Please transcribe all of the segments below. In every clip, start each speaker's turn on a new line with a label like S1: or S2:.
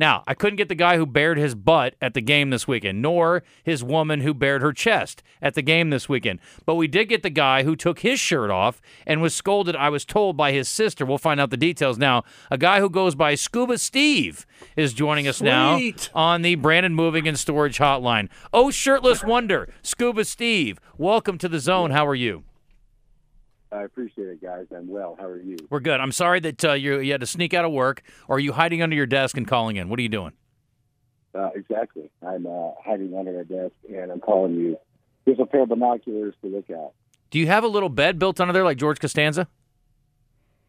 S1: Now, I couldn't get the guy who bared his butt at the game this weekend, nor his woman who bared her chest at the game this weekend. But we did get the guy who took his shirt off and was scolded, I was told, by his sister. We'll find out the details now. A guy who goes by Scuba Steve is joining us now
S2: Sweet.
S1: on the Brandon Moving and Storage Hotline. Oh, shirtless wonder, Scuba Steve, welcome to the zone. How are you?
S3: I appreciate it, guys. I'm well. How are you?
S1: We're good. I'm sorry that uh, you, you had to sneak out of work. Or are you hiding under your desk and calling in? What are you doing?
S3: Uh, exactly. I'm uh, hiding under a desk, and I'm calling you. Here's a pair of binoculars to look at.
S1: Do you have a little bed built under there like George Costanza?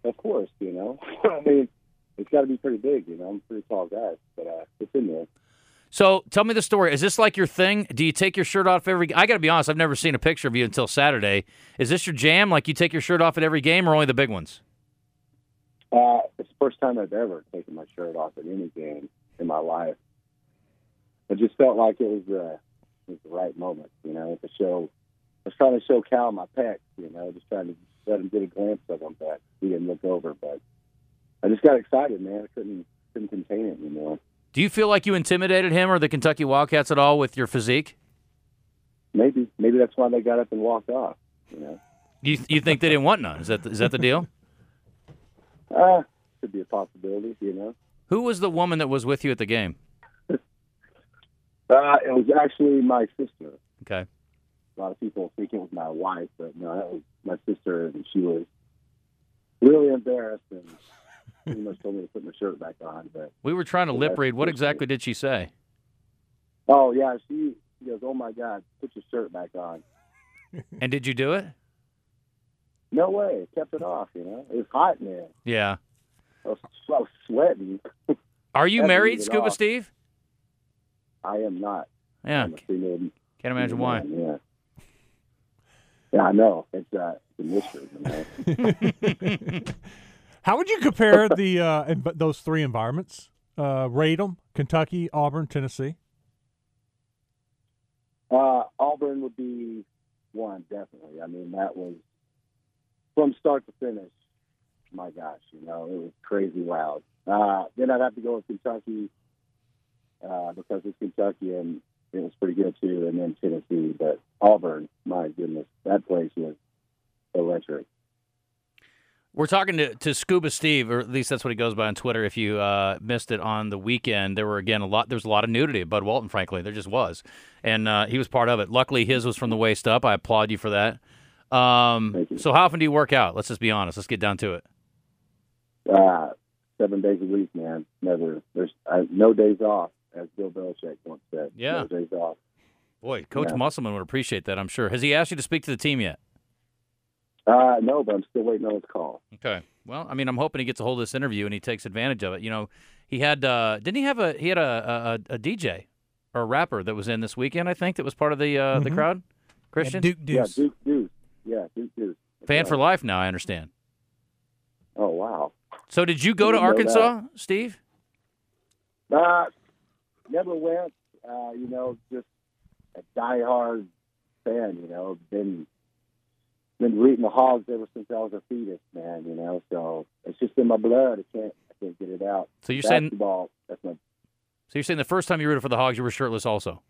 S3: Of course, you know. I mean, it's got to be pretty big, you know. I'm a pretty tall guy, but uh, it's in there.
S1: So tell me the story. Is this like your thing? Do you take your shirt off every? I got to be honest. I've never seen a picture of you until Saturday. Is this your jam? Like you take your shirt off at every game, or only the big ones?
S3: Uh, it's the first time I've ever taken my shirt off at any game in my life. I just felt like it was the, it was the right moment, you know, to show. I was trying to show Cal my pecs, you know, just trying to let him get a glance of them, but he didn't look over. But I just got excited, man. I couldn't couldn't contain it anymore.
S1: Do you feel like you intimidated him or the Kentucky Wildcats at all with your physique?
S3: Maybe maybe that's why they got up and walked off, you know.
S1: You you think they didn't want none? Is that is that the deal?
S3: Uh, could be a possibility, you know.
S1: Who was the woman that was with you at the game?
S3: Uh, it was actually my sister.
S1: Okay.
S3: a lot of people think it was my wife, but no, that was my sister, and she was really embarrassed and pretty much told me to put my shirt back on. But
S1: We were trying to lip read. What exactly did she say?
S3: oh yeah, she, she goes, "Oh my God, put your shirt back on."
S1: And did you do it?
S3: No way, kept it off. You know, it was hot in there.
S1: Yeah.
S3: I was, I was sweating.
S1: Are you
S3: Definitely
S1: married,
S3: did it
S1: Scuba
S3: off.
S1: Steve?
S3: I am not.
S1: Yeah.
S3: I'm a female.
S1: Can't imagine why.
S3: Yeah. Yeah, I know. It's, uh, it's a mystery. You know?
S2: How would you compare the uh, env- those three environments? Uh, rate 'em, Kentucky, Auburn, Tennessee.
S3: Uh, Auburn would be one, definitely. I mean, that was from start to finish. My gosh, you know, it was crazy loud. Uh, then I'd have to go with Kentucky uh, because it's Kentucky and it was pretty good too. And then Tennessee, but Auburn, my goodness, that place was electric.
S1: We're talking to, to Scuba Steve, or at least that's what he goes by on Twitter. If you uh, missed it on the weekend, there were again a lot. There was a lot of nudity at Bud Walton. Frankly, there just was, and uh, he was part of it. Luckily, his was from the waist up. I applaud you for that. Um,
S3: Thank you.
S1: so, how often do you work out? Let's just be honest. Let's get down to it.
S3: Uh, seven days a week, man. Never, there's uh, no days off, as Bill Belichick once said.
S1: Yeah.
S3: no days off.
S1: Boy, Coach
S3: Yeah.
S1: Musselman would appreciate that. I'm sure. Has he asked you to speak to the team yet?
S3: Uh, no, but I'm still waiting on his call.
S1: Okay. Well, I mean, I'm hoping he gets a hold of this interview and he takes advantage of it. You know, he had uh, didn't he have a he had a a, a, a DJ or a rapper that was in this weekend? I think that was part of the uh, the
S3: Mm-hmm.
S2: Mhm.
S1: crowd. Christian
S2: Duke Deuce.
S3: Yeah, Duke Deuce. Yeah, Duke Deuce.
S1: fan
S3: Yeah.
S1: for life now. I understand.
S3: Oh wow.
S1: So did you go to
S3: Didn't know
S1: Arkansas, Steve?
S3: Uh, never went. Uh, you know, just a diehard fan. You know, been been rooting the Hogs ever since I was a fetus, man. You know, so it's just in my blood. I can't I can't get it out.
S1: So you're saying
S3: Basketball. That's my.
S1: so you're saying the first time you rooted for the Hogs, you were shirtless also.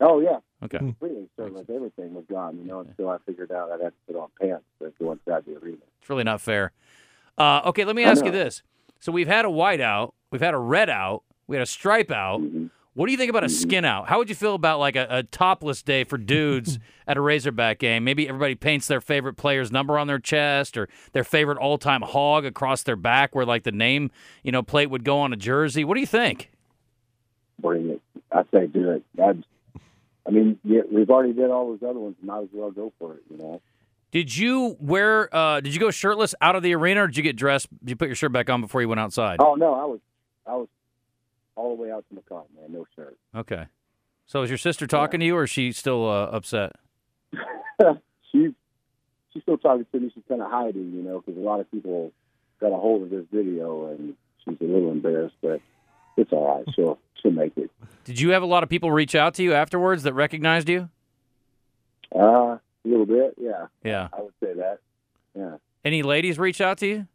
S3: Oh yeah,
S1: Okay.
S2: Mm.
S3: completely. So like everything was gone. You know, until I figured out I'd have to put on pants to go inside the arena.
S1: It's really not fair. Uh, okay, let me
S3: I
S1: ask you
S3: know.
S1: this. So we've had a white out, we've had a red out, we had a stripe out.
S3: Mhm.
S1: What do you think about a skin out? How would you feel about like a, a topless day for dudes at a Razorback game? Maybe everybody paints their favorite player's number on their chest or their favorite all-time hog across their back where like the name, you know, plate would go on a jersey. What do you think?
S3: Bring it. I say do it. That's. I mean, yeah, we've already did all those other ones. Might as well go for it. You know.
S1: Did you wear? Uh, did you go shirtless out of the arena, or did you get dressed? Did you put your shirt back on before you went outside?
S3: Oh no, I was I was all the way out to the car, man, no shirt.
S1: Okay. So is your sister talking to you, or is she still uh, upset?
S3: She's she's still talking to me. She's kind of hiding, you know, because a lot of people got a hold of this video, and she's a little embarrassed, but it's all right. She'll she'll make it.
S1: Did you have a lot of people reach out to you afterwards that recognized you?
S3: Uh, a little bit, yeah.
S1: Yeah.
S3: I would say that. Yeah.
S1: Any ladies reach out to you?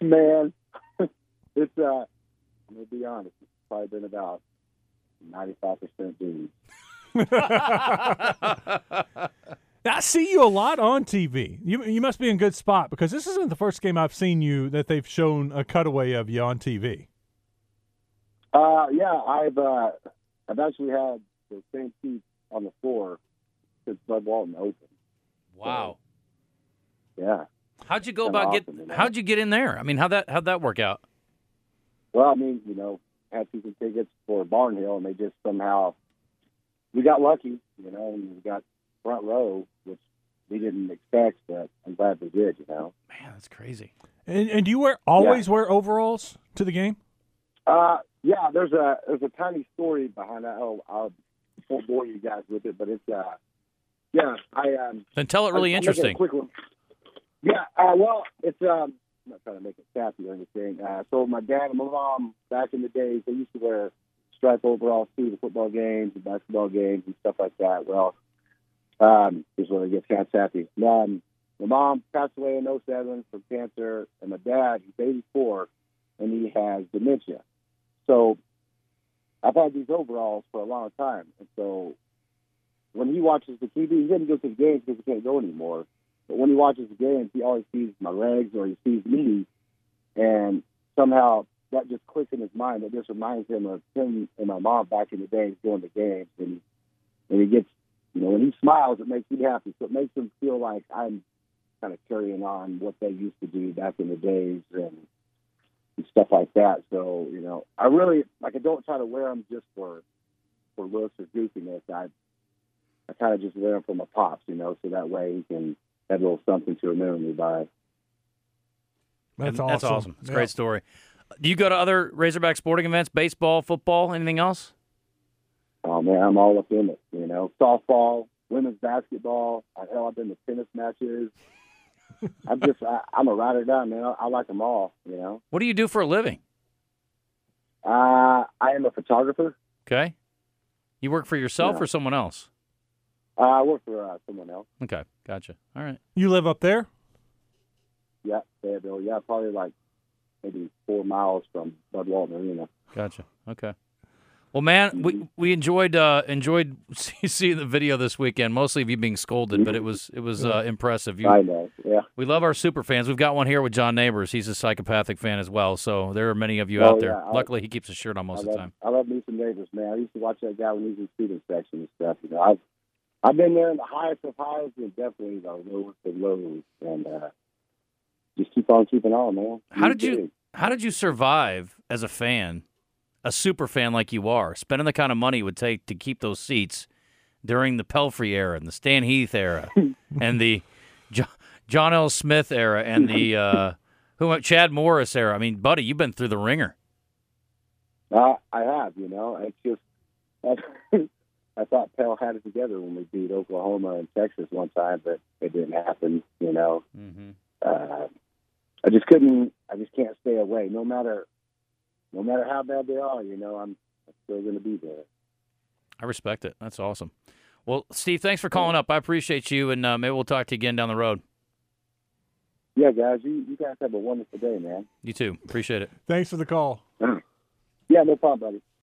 S3: Man, it's, uh, I'm going to be honest, it's probably been about 95% dudes.
S2: I see you a lot on TV. You you must be in good spot because this isn't the first game I've seen you that they've shown a cutaway of you on TV.
S3: Uh, yeah, I've, uh, I've actually had the same seat on the floor since Bud Walton opened.
S1: wow.
S3: Yeah.
S1: How'd you go
S3: Kinda
S1: about get?
S3: awesome, you know?
S1: How'd you get in there? I mean, how that how'd that work out?
S3: Well, I mean, you know, had season tickets for Barnhill, and they just somehow we got lucky, you know, and we got front row, which we didn't expect, but I'm glad we did, you know.
S1: Man, that's crazy.
S2: And, and do you wear always wear overalls to the game?
S3: Uh, yeah, there's a there's a tiny story behind that. Oh, I'll, won't bore you guys with it, but it's uh, yeah, I um,
S1: Then tell it really
S3: I'll- I'll make it a
S1: interesting.
S3: quick one. Yeah, uh, well, it's um, I'm not trying to make it sappy or anything. Uh, so my dad and my mom back in the days, they used to wear stripe overalls to the football games and basketball games and stuff like that. Well, um, this is where it gets kind of sappy. Um, my mom passed away in 07 from cancer, and my dad, he's 84, and he has dementia. So I've had these overalls for a long time, and so when he watches the TV, he doesn't go to the games because he can't go anymore. But when he watches the games, he always sees my legs or he sees me, and somehow that just clicks in his mind. That just reminds him of him and my mom back in the day doing the games, and and he gets, you know, when he smiles, it makes me happy. So it makes him feel like I'm kind of carrying on what they used to do back in the days and and stuff like that. So you know, I really like I don't try to wear them just for for looks or goofiness. I I kind of just wear them for my pops, you know, so that way he can have a little something to remember me by.
S2: That's
S1: And
S2: awesome.
S1: That's awesome. It's a
S2: Yeah.
S1: great story. Do you go to other Razorback sporting events? Baseball, football, anything else?
S3: Oh man, I'm all up in it, you know. Softball, women's basketball. I hell, I've been to tennis matches. I'm just, I, I'm a rider down, man. I, I like them all, you know.
S1: What do you do for a living?
S3: Uh, I am a photographer.
S1: Okay. You work for yourself
S3: Yeah.
S1: or someone else?
S3: Uh, I work for uh, someone else.
S1: Okay. Gotcha. All right.
S2: You live up there?
S3: Yeah, Fayetteville. Yeah, probably like maybe four miles from Bud Walton Arena.
S1: Gotcha. Okay. Well, man, we we enjoyed uh, enjoyed see- seeing the video this weekend. Mostly of you being scolded, but it was it was uh, impressive. You,
S3: I know. Yeah.
S1: we love our super fans. We've got one here with John Neighbors. He's a psychopathic fan as well. So there are many of you
S3: Oh,
S1: out there.
S3: yeah. I-
S1: Luckily, he keeps his shirt on
S3: I
S1: most of the
S3: love,
S1: time.
S3: I love me some neighbors, man. I used to watch that guy when he was in student section and stuff. You know, I've I've been there in the highest of highs and definitely the lowest of lows, and uh, just keep on keeping on, man.
S1: How did you How did you survive as a fan, a super fan like you are, spending the kind of money it would take to keep those seats during the Pelfrey era and the Stan Heath era and the jo- John L. Smith era and the uh, who Chad Morris era? I mean, buddy, you've been through the ringer.
S3: Uh, I have, you know. It's just I, I thought Pell had it together when we beat Oklahoma and Texas one time, but it didn't happen. You know,
S1: Mm-hmm.
S3: uh, I just couldn't. I just can't stay away, no matter no matter how bad they are. You know, I'm still going to be there.
S1: I respect it. That's awesome. Well, Steve, thanks for calling up. I appreciate you, and uh, maybe we'll talk to you again down the road.
S3: Yeah, guys, you, you guys have a wonderful day, man.
S1: You too. Appreciate it.
S2: Thanks for the call.
S3: Yeah, no problem, buddy.